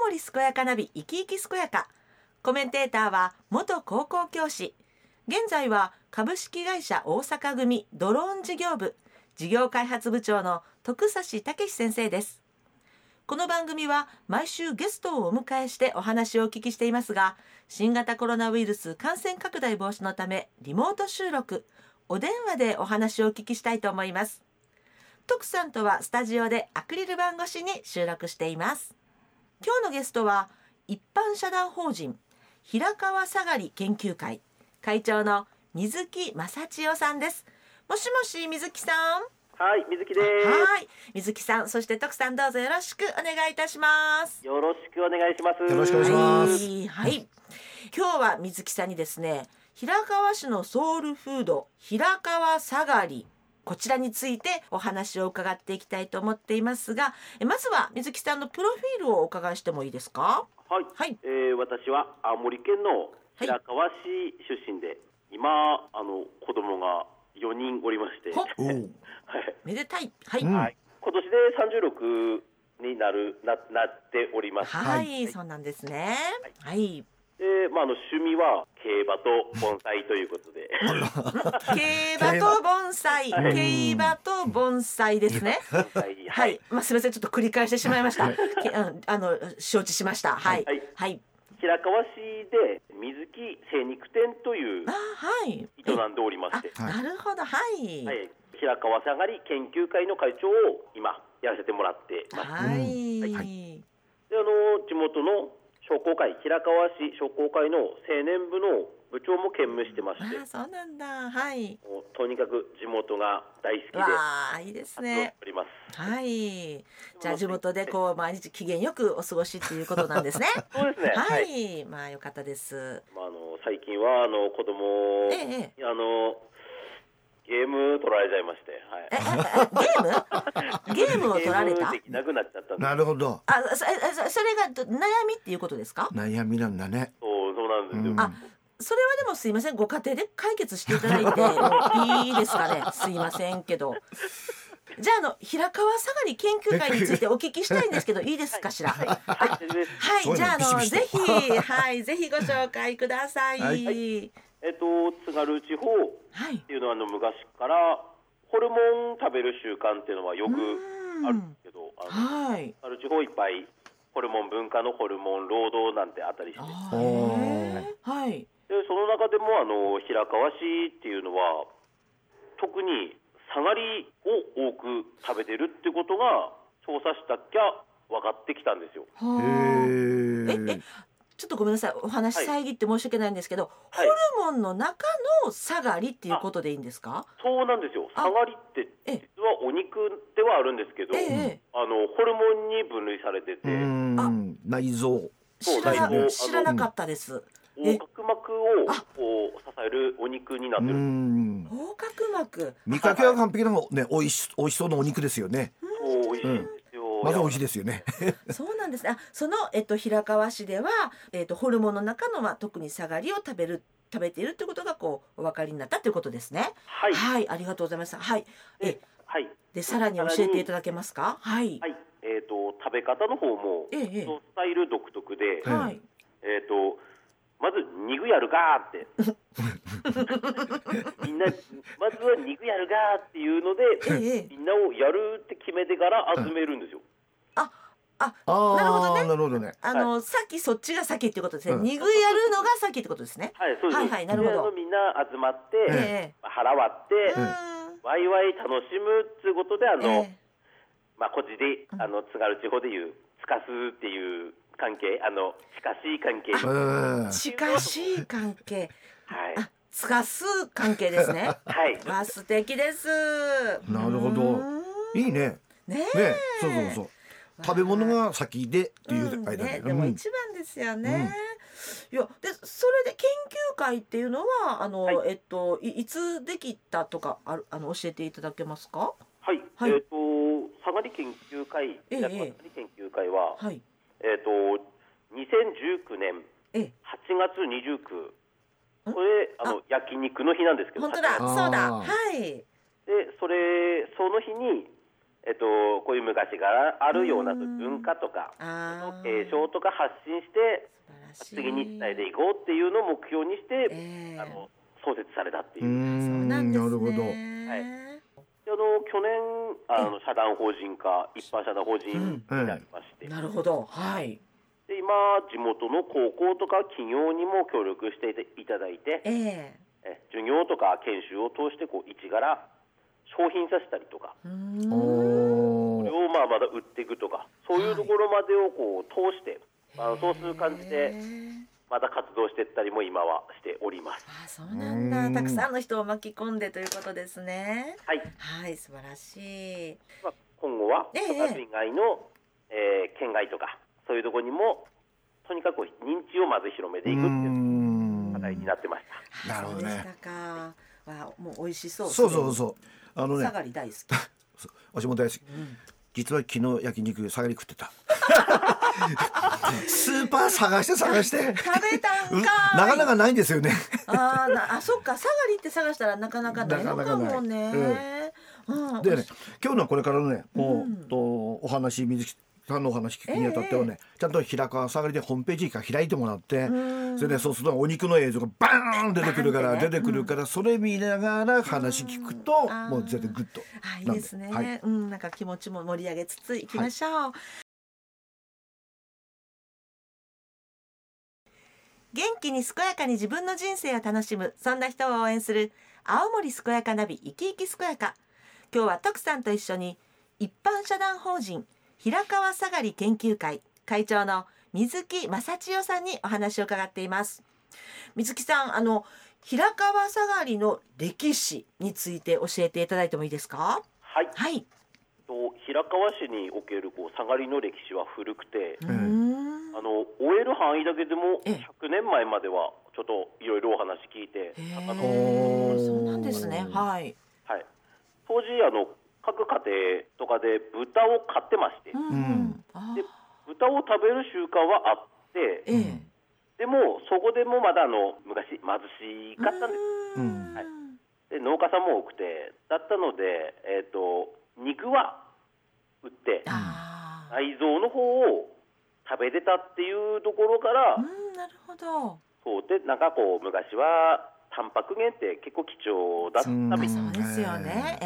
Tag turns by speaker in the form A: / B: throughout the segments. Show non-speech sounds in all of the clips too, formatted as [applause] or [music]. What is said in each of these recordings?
A: 森健やかなび生き生き健やかコメンテーターは元高校教師現在は株式会社大阪組ドローン事業部事業開発部長の徳指武先生ですこの番組は毎週ゲストをお迎えしてお話をお聞きしていますが新型コロナウイルス感染拡大防止のためリモート収録お電話でお話をお聞きしたいと思います徳さんとはスタジオでアクリル板越しに収録しています今日のゲストは一般社団法人平川下がり研究会会長の水木正千代さんですもしもし水木さん
B: はい、水木で
A: はい水木さんそして徳さんどうぞよろしくお願いいたします
B: す。よろしくお願いします。
C: よろしくお願いします
A: はい、はい、今日は水木さんにですね平川市のソウルフード平川下がりこちらについてお話を伺っていきたいと思っていますがえまずは水木さんのプロフィールをお伺いしてもいいですか
B: はい、
A: はい
B: えー私は青森県の平川市出身で、今あの子供が4人おりまして、
A: ほ
B: は
A: っ [laughs]
C: おう
B: い、
A: めでたいはい、
C: うん
B: はい、今年で36になるななっております。
A: はい、
B: はい
A: そうなんですねはい、
B: で、まああの趣味は競馬と盆栽ということで、
A: 競馬と盆栽
B: はい
A: 競馬と盆栽ですね
B: 盆栽
A: は
B: はいい、、
A: まあ、すみません、ちょっと繰り返してしまいました。けうんあの、承知しました。はい
B: はい、
A: はい、
B: 平川市で水木精肉店という
A: あ、はい。
B: 営んでおりまし
A: あ
B: て、、
C: はい
A: なるほど、はい。
B: はい、平川下がり研究会の会長を今やらせてもらってます。
A: はい。
B: うんであの地元の商工会平川市商工会の青年部の部長も兼務してまして
A: ああ、そうなんだ、はい。
B: もうとにかく地元が大好きで
A: わあ、いいです
B: 活動し
A: ね
B: て。おります、
A: はい。じゃあ、地元でこう、毎日機嫌よくお過ごしっていうことなんですね。
B: そうですね
A: は
B: はい
A: い、まあ、よかったです。
B: まあ、あの最近はあの子供を、
A: ええ
B: あのゲーム取られちゃいまして、
A: え、え
B: は
A: え
B: [laughs]
A: ゲーム。ゲームを
B: い、
A: 取られた
B: ゲームで。きなくなっちゃったんです
C: なるほど
A: あ、そ、えそそれがど悩みっていうことですか。
C: 悩みなんだね
B: そうそうなんですよ、
C: うん
A: あそれはでもすいませんご家庭で解決していただいてもう
B: [laughs]
A: いいですかねすいませんけどじゃああの平川下がり研究会についてお聞きしたいん
B: [laughs]
A: ですけどいいですかしらはい、
B: はい大丈夫です
C: そういうの
A: じゃああの
C: ビシビ
A: ぜ
C: シ
A: ひ
C: と
A: はいぜひご紹介くださいは、
C: はいい
B: えっと津軽地方っていうのはあの昔からホルモン食べる習慣っていうのはよくあるんですけど、あの
A: はい
B: ある地方いっぱいホルモン文化のホルモン労働なんてあったりしてで
A: あー
C: おー
A: へーはい
B: その中でもあの平川市っていうのは特に下がりを多く食べてるってことが調査したっきゃ分かってきたんですよ
A: はーええ
C: え
A: ちょっとごめんなさいお話
B: はい
A: 遮って申し訳ないんですけど、
B: はい
A: ホルモンの中の下がりっていうことでいいんですか
B: そうなんですよ
A: あ
B: 下がりって
A: え
B: 実はお肉ではあるんですけど、
A: ええ
B: あのホルモンに分類されてて、
C: うん内臓
A: 知
B: そう
A: ら
C: だい
A: な
C: ぶ
A: 知らなかったです、え
B: 横隔膜を
A: あ
B: こう支えるお肉になっ
C: う
B: てる、
C: ん
A: 横隔膜
C: 見かけは完璧なのねおいしおいしそうなお肉ですよね
B: そう美味しいんですよ、
C: まず美味しいですよね
A: そうなんですね。あ、そのえっと平川市ではえっとホルモンの中のまあ特に下がりを食べる食べているということがこうお分かりになったということですね。
B: はい
A: ありがとうございます。はい。え
B: で、はい
A: でさらに教えていただけますか。はい。
B: はい、えっ、と食べ方の方も、
A: ええええ
B: スタイル独特で、
C: はい
A: はい。
B: えっ、とまず肉やるが
A: [laughs]
B: ーって、みんなまずは肉やるがーっていうので、
A: ええ。
B: みんなをやるって決めてから集めるんですよ。
A: あ、あ、
C: あ
A: [laughs] なるほど
C: ー
A: ね
C: なるほどね
A: あの、さっきそっちが先っていうことですね。
C: うん
A: にぐやるのが先ってことですね。
B: はい、そうです。
A: はいはいなるほど
B: であのみんな集まって、
A: え
B: まあ腹割
A: え。
B: って、
A: うー
B: ワイワイ楽しむっていうことであ
A: ん。
B: の、
A: え
B: まあこっちであの津軽地方でいうつかすっていう関係、あの近しい関係、
C: う
B: は
C: ん
A: え。近しい関係。
B: い、
A: あ、つかす関係ですね。
B: はい。
A: あ、素敵です。
C: なるほど
A: うーん
C: いいね
A: ねえ。
C: ねそうそうそう食べ物が先でってい
A: うん
C: うあれだ
A: ね
C: け、ど
A: で
C: う
A: も
C: ん
A: 一番ですよね。いやでそれで研究会っていうのはあの、
B: はい
A: えっといいつできたとかあるあの教えていただけますか？
B: はい、
A: はい
B: えっ、と、下がり研究会、
A: ええ
B: 平川下がり研究会は、
A: はい。
B: えっ、と、2019年
A: ええ
B: 8月29、これ、あの、焼肉の日なんですけど、
A: 本当だ
C: あー
A: そうだはい
B: で、それ、その日に、えっと、こういう昔からあるような文化とか、
A: あー
B: 継承とか発信して、
A: 素晴らしい
B: 次に伝えていこうっていうのを目標にして、
A: ええ
B: あの創設されたっていうう、
C: ん
A: なんですね
C: なるほど。
B: はいであの去年あの社団法人化一般社団法人になりまして、
A: なるほどはい
B: で今地元の高校とか企業にも協力していただいて
A: ええ
B: え授業とか研修を通してこう一柄商品化したりとか
A: うー
C: お
A: ん
B: それ
C: お。
B: をまあまだ売っていくとかそういうところまでをこう通して、まあ、そうする感じ
A: へ
B: で
A: え
B: また活動していったりも今はしております。
A: あそうなんだ
C: うん
A: たくさんの人を巻き込んでということですね
B: はい
A: はい素晴らしい
B: まあ、今後は
A: ええ
B: 部活以外の、えー県外とかそういうところにもとにかく認知をまず広めて
C: う
B: いくっていう
C: ーん
B: 課題になってました。
A: あ
C: なるほどね
A: そうでしたかわもう美味しそう
C: そうそう
A: す
C: そう。あ
A: ご
C: の
A: い
C: ね
A: 下、がり大
C: [laughs]
A: 好き
C: 私も大好き。実は昨日焼肉下がり食
A: [laughs]
C: ってた。スーパー探して探して。
A: 食べたんか
C: う
A: い
C: なかなかないんですよね。
A: あーなあそっか下がりって探したらなかなかないのかもね
C: なかなか
A: うん
C: でね、今日のこれからのね、も
A: うん
C: う、とお話、水木さんのお話聞くにあたってはね、ちゃんと平川下がりでホームページから開いてもらって、
A: うん
C: それでそうするとお肉の映像がバーン出てくるか
A: バーン
C: ら、
A: ってね
C: 出てくるから、それ見ながら話聞くと、
A: うん
C: もう絶対グッと。
A: あいい
C: なんで
A: ですね、
C: はい
A: うんなんか気持ちも盛り上げつついきましょう、元気に健やかに自分の人生を楽しむそんな人を応援する青森健やかナビ生き生き健やか今日は徳さんと一緒に一般社団法人平川下がり研究会会長の水木正千代さんにお話を伺っています水木さんあの平川下がりの歴史について教えていただいてもいいですか
B: はい、
A: はい。
B: と平川市におけるこう下がりの歴史は古くて、
A: う
C: え
A: ーん。
B: あの終える範囲だけでも
A: ええ
B: 100年前まではちょっといろいろお話聞いて、
A: へ
B: あの
A: ーそうなんですね。
C: おー
A: はい。
B: はい、当時あの各家庭とかで豚を飼ってまして、
A: うん
C: ん
A: あー
B: で豚を食べる習慣はあって
A: ええ。
B: でもそこでもまだあの昔貧しかったんです
A: うー
C: うん
B: はいで農家さんも多くてだったので、えー、と肉は売って
A: あー
B: 内臓の方を食べてたっていうところか
A: う
B: ら、
A: ん、なるほど。
B: そうでなんかこう昔はタンパク源って結構貴重だったみたい
A: そうですよね。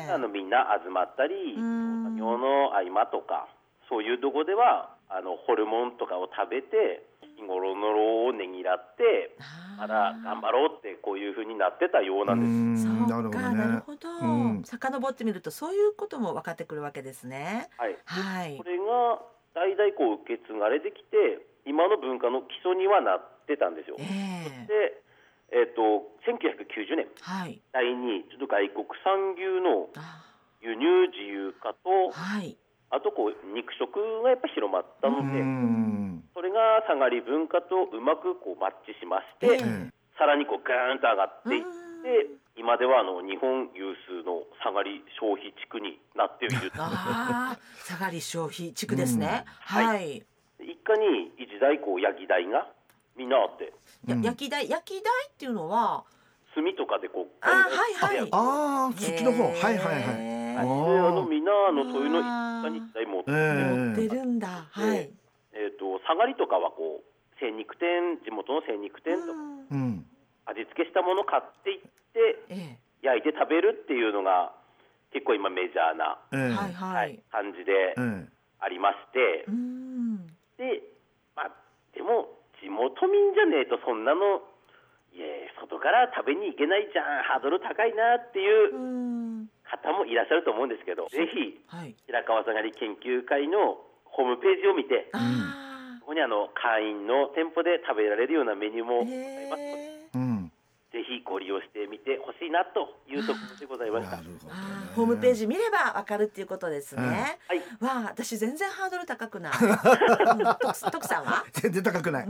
A: ええ
B: だからあのみんな集まったり
A: うん
B: 尿の合間とかそういうとこではあのホルモンとかを食べて日頃の労をねぎらって
A: あー
B: まだ頑張ろうってこういう風になってたようなんです。
A: そう
C: なるほど
A: か、なる
C: ね。
A: ほど
C: うん。
A: 遡ってみると、そういうことも分かってくるわけですね。
B: はい、
A: はい
B: こ。れが代々こう受け継がれてきて今の文化の基礎にはなってたんですよ。
A: え
B: で、
A: え。
B: えっと1990年
A: はい。
B: 第2ちょっと外国産牛の
A: あ
B: 輸入自由化
A: ー
B: と
C: [laughs]
A: はい。
B: あとこう肉食がやっぱ広まったの
C: う
B: で、
C: ん。
B: それが下がり文化とうまくこうマッチしまして、
A: ええ
B: さらにこうガーンと上がっていって
A: うん。
B: 今ではあの日本有数の下がり消費地区になっている
A: ああ、下がり消費地区ですね。
B: うん
A: はい。
B: 一家に一台こう焼き台がみんなあって
A: や
C: うん
A: 焼き台焼き台っていうのは
B: 炭とかでこう
A: あーはいはい
B: あ
C: ああ、そっちの方、
A: えー
C: はいはいはい。
B: で
C: あ
B: あ
C: ー
B: のみんなあのそういうの一
A: あー
B: 家に一台持って、
A: 持
C: え
A: って
C: え
A: るんだ、はい
B: えー、と下がりとかはこう精肉店地元の精肉店とか
A: うん
C: うん。
B: 味付けしたもの買っていって
A: え
B: 焼いて食べるっていうのが結構今メジャーな、
C: ええ
A: えはいはい、
B: はい感じで
C: え
B: ありまして
A: う、ん
B: で、まあ、でも地元民じゃねえとそんなのいや外から食べに行けないじゃんハードル高いなっていう
A: うん
B: 方もいらっしゃると思うんですけど、ぜひ
A: はい
B: 平川下がり研究会のホームページを見て
A: あ
B: そこにあの会員の店舗で食べられるようなメニュー
A: ー
B: もございますので、
A: へ
C: えうん。
B: ぜひご利用してみてほしいなというところでございました。
C: な
B: は
C: るほ
A: ー
C: どね
A: あーホームページ見ればわかるっていうことです
C: うん
A: ね、
B: い
A: わあ私全然ハードル高く
C: [laughs]
A: ない、うん、徳さん徳さんは
C: 全然高くない。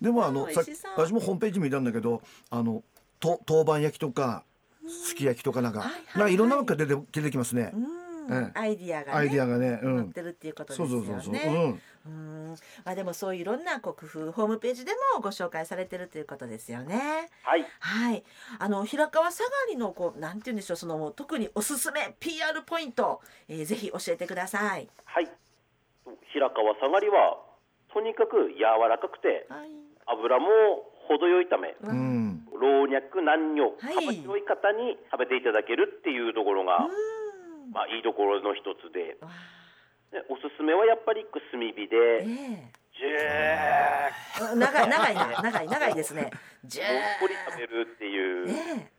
C: でもあの
A: 美
C: さ
A: 味しそう
C: 私もホームページ見たんだけど、あのと豆板焼きとかすき焼きとかなんか、
A: はいいはい
C: なんかいろんなのが出て出てきますね
A: う。ん
C: ええ
A: アイディアがね
C: アイディアがね、う
A: 載っ
C: ん、
A: てるっていうことです
C: そ
A: よ
C: う
A: ね。
C: そうそうそう、うん、
A: うんまあでもそういういろんなこう工夫ホームページでもご紹介されてるということですよね。
B: はい
A: はい、あの平川下がりのこうなんて言うんでしょうその特におすすめ PR ポイント、えー、ぜひ教えてください。
B: はい平川下がりはとにかく柔らかくて
A: はい、
B: 油も程よいため
A: う
C: うんん、
B: 老若男女
A: はい
B: 幅広い方に食べていただけるっていうところが、まあ、いいところの一つで
A: わあ
B: でおすすめはやっぱり炭火
A: え
B: で
A: え
B: ジュ
A: うん長い長い長い長い長いですね。じゅ
B: ーっとり食べるって
A: ー
B: いう
A: ね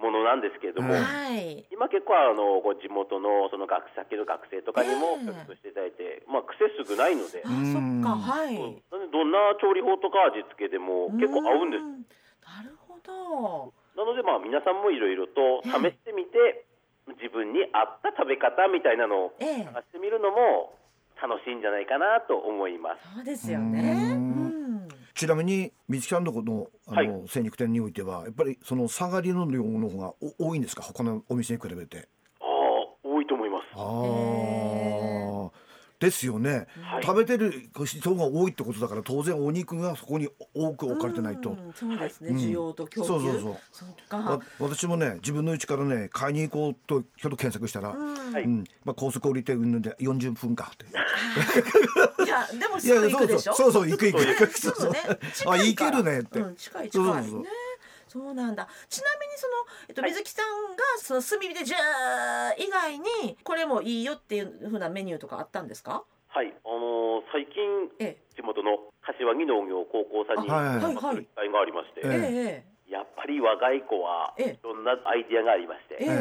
B: ものなんですけれども、
C: うん
A: はい。
B: 今結構あのこう地元のその学先の学生とかにも
A: ええ
B: 協力していただいて、まあ、癖少ないので
A: あ、
C: う
A: そっ
C: ん
A: かはい。
B: なんでどんな調理法とか味付けでも結構合うんです
A: んなるほど。
B: なのでまあ皆さんもいろいろと試してみて、自分に合った食べ方みたいなのを
A: ええ
B: 探してみるのも楽しいんじゃないかなと思います。
A: そうですよね。う
C: うん
A: ん。
C: ちなみに美月さんのとこのあの、精肉店においてはやっぱりその下がりの量の方がお多いんですか他のお店に比べて
B: ああ多いと思います。
C: あ
A: ー
C: あですよね、
B: はい
C: 食べてる人が多いってことだから当然お肉がそこに多く置かれてないと、
A: うんそうですね。
C: うん
A: 需要と供給。
C: そうそうそう
A: そっ
C: わ
A: か。
C: 私もね自分の家からね買いに行こうとちょっと検索したら、
A: う
C: うん
A: ん。
B: はいい
C: まあ、高速降りてうんぬんで40分かって
A: やでも
C: い
A: す
C: や
A: ぐ行く
C: そうそ
A: で
C: う
A: しょ。
C: そうそう行く行
A: ね [laughs]
C: く
A: す
C: そう
A: ぐ
C: そう
A: ね。
C: [laughs] あ
A: 近い
C: 行
A: か
C: け
A: ら
C: るねって、
A: うん、近い近いね。
C: そうそうそう
A: そうなんだ。ちなみにそのえっと
B: はい
A: 水木さんがその炭火でジュー以外にこれもいいよっていう風なメニューとかあったんですか？
B: はい、あのー最近
A: え
B: 地元の柏木農業高校さんに
C: あはい
A: はい
B: まあそういう機会がありまして、
A: え
C: え
A: え
B: やっぱり若い子は
A: ええ
B: いろんなアイディアがありまし
A: えええ
B: て、
A: え
C: え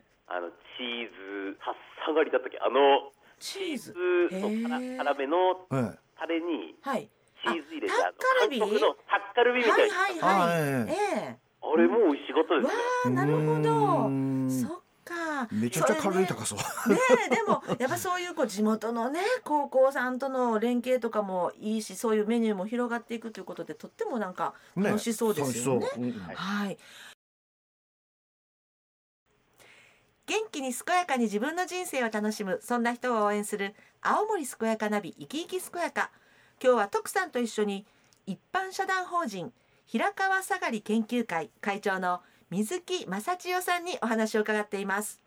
A: え
B: あのチーズさっさがりだったっけあの
A: チー
B: チ
A: ズ。
B: ーズ
A: へ
B: の
A: え
B: 辛辛めの
C: ええ
B: タレに
A: はい。
B: チーズ入れて
A: あ
B: あの
A: タッカルビ
B: 韓国のタッカルビみたいな、
A: はいはい
C: あえ
A: え
C: え
A: え
B: あれもう美味しかったで
A: わ
B: すね
A: あなるほ
C: うー
A: ど。
C: ん
A: そっか。
C: めちゃくちゃ軽い高
A: そ
C: さ、
A: れね。ねえでもやっぱそういうこう地元のね高校さんとの連携とかもいいし、そういうメニューも広がっていくということでとってもなんか
C: ね
A: 楽しそうですよね
C: 楽しそううん
A: はい。元気に健やかに自分の人生を楽しむそんな人を応援する青森健やかなび生き生き健やか今日は徳さんと一緒に一般社団法人平川下がり研究会会長の水木正千代さんにお話を伺っています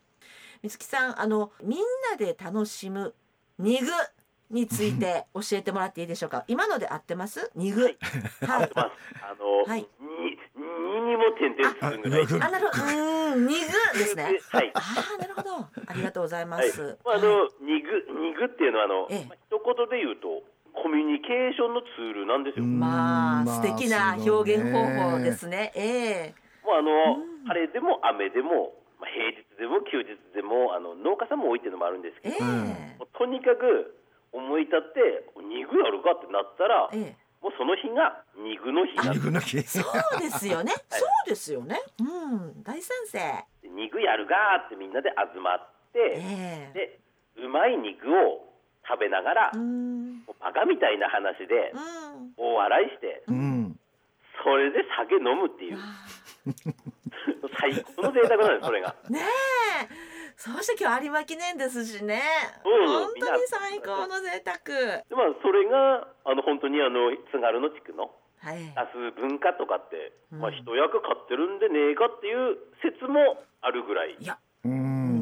A: 水木さんあのみんなで楽しむニグについ [laughs] て教えてもらっていいでしょうか今ので合ってますニグ
B: はい
A: は
B: 合ってますあの、
A: はい
B: にににも点々するぐらい
A: あ、なるほど。 [laughs] うーん、ニグですね。
B: はい
A: ああ、なるほど。ありがとうございま
B: はい
A: す。
B: まあ
A: は
B: あ
A: い
B: のにぐにぐっていうのはあの、
A: ええ
B: まあ一言で言うとコミュニケーションのツールなんですよ、
C: うん
A: まあ、
C: ま
A: 素
C: あ
A: 敵な表現方法ですね。え
B: もうあの、
A: うん
B: 晴れでも雨でも、まあ、平日でも休日でもあの農家さんも多いっていうのもあるんです
A: え
B: けど、
A: え
C: うん
B: もうとにかく思い立って「にぐやるか」ってなったら、
A: えええ
B: もうその日がにぐの日なんで
C: 肉なき
A: そうですよね。そうですよね。うん、大賛成。
B: すにぐやるかってみんなで集まって、
A: ええ
B: でうまい肉を食べながら、
A: うーん。
B: もうバカみたいな話で
A: うん。
B: 大笑いして、
C: うん
B: それで酒飲むっていう
A: わ
B: 最高の贅沢なんですそれが。
A: [laughs] あねえ。そして今日有馬記念ですしね。
B: うん
A: 本
B: みん
A: 当
B: な
A: に最高の贅沢。
B: でまあそれがあの本当にあの津軽の地区の
A: はい。
B: 出す文化とかって、
A: うん
B: まあ、一役買ってるんでねえかっていう説もあるぐらい
A: いや、
C: う
A: うん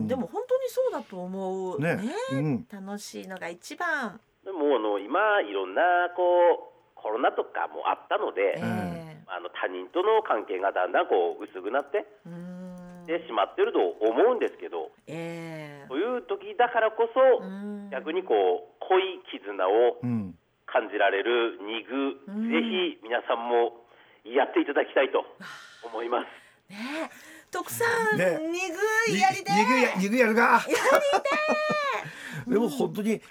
A: ん、でも本当にそうだと思う。
C: ね
A: ね
C: うん
A: 楽しいのが一番。
B: でもあの今いろんなこうコロナとかもあったの
A: え
B: で、
A: え
B: あの他人との関係がだんだんこう薄くなって
A: うーん
B: しまってると思うんですけど
A: ええ
B: そういう時だからこ
A: う
B: そ
A: ーん
B: 逆にこう濃い絆を
C: うん
B: 感じられる二具
A: うん
B: ぜひ皆さんもやっていただきたいと思います。
A: ねえ徳さん、
C: ね
A: にぐいやりで
C: 肉や肉やるか
A: や
C: [laughs] でも本当に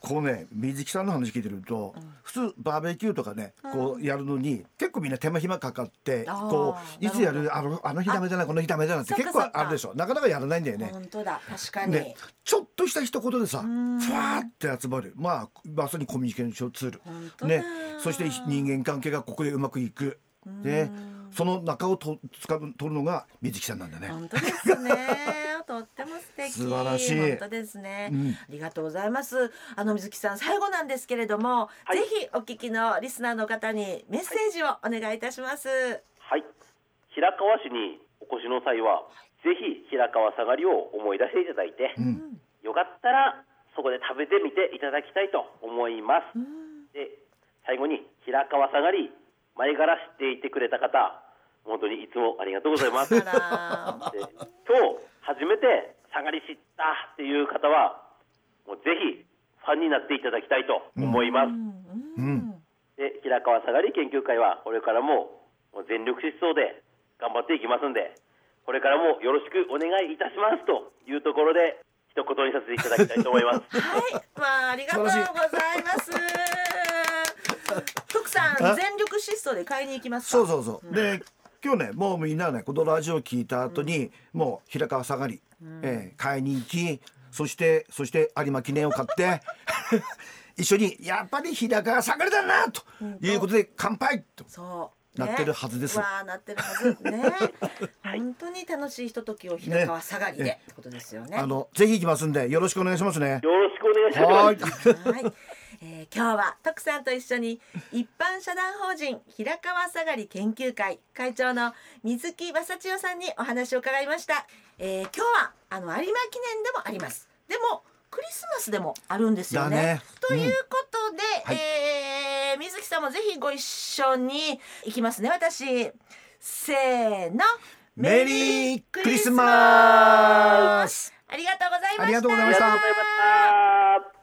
C: こうね水木さんの話聞いてると、普通バーベキューとかねこうやるのに、結構みんな手間暇かかって
A: あー
C: こういつやる
A: な
C: あのあの日ダメだなこの日ダメだなっ
A: そ
C: て
A: っか
C: 結構
A: そっか
C: あるでしょなかなかやらないんだよ
A: り
C: ね。
A: 本当だ確かに、
C: ね、ちょっとした一言でさふ
A: ん
C: わーって集まるまあまさにコミュニケーションツール
A: 本当だ
C: ね、そして人間関係がここでうまくいく、ね、その中をと使う取るのが水木さんなんだね。 [laughs]
A: 本当ですねとっても素敵敵
C: 素晴らしい
A: 本当ですね、
C: うん
A: ありがとうございますあの水木さん最後なんですけれども、
B: はい
A: ぜひお聞きのリスナーの方にメッセージをお願いいたします、
B: はい平川市にお越しの際は、ぜひ平川下がりを思い出していただいて、
C: うん
B: よかったらそこで食べてみていただきたいと思います、で最後に平川下がり前から知っていてくれた方本当にいつもありがとうございます
A: あら
B: で今日初めて下がり知ったっていう方はもうぜひファンになっていただきたいと思います、
C: うん
B: で平川下がり研究会はこれからももう全力疾走で頑張っていきますんでこれからもよろしくお願いいたしますというところで一言にさせていただきたいと思います
C: [laughs]
A: はい、まあ、ありがとうございます。徳さん、
C: あ
A: 全力疾走で買いに行きますか。
C: そうそうそう、で今日ねもうみんなねこのラジオ聞いた後に、もう平川下がり、えー買いに行きそしてそして有馬記念を買って [laughs] 一緒にやっぱり平川下がりだなということで乾杯と
A: そう。
C: なってるはずです
A: わあ、なってるはず。ね。
C: [laughs]
A: 本当に楽しいひとときを平川下がりで、ってことですよね。
C: あ
A: はい。
C: のぜひ行きますんでよろしくお願いしますね。
B: よろしくお願いし
C: は
B: ます
C: い。
A: えー、今日は徳さんと一緒に一般社団法人平川下がり研究会会長の水木正千代さんにお話を伺いました、えー、今日はあの有馬記念でもありますでもクリスマスでもあるんですよね
C: だね
A: ということで、
C: はい
A: えー水木さんもぜひご一緒に行きますね私せーの
C: メリークリスマス
A: ありがとうございました
C: ありがとうござ
B: あ
C: いま
B: り
C: し
B: が
C: た
B: とうございました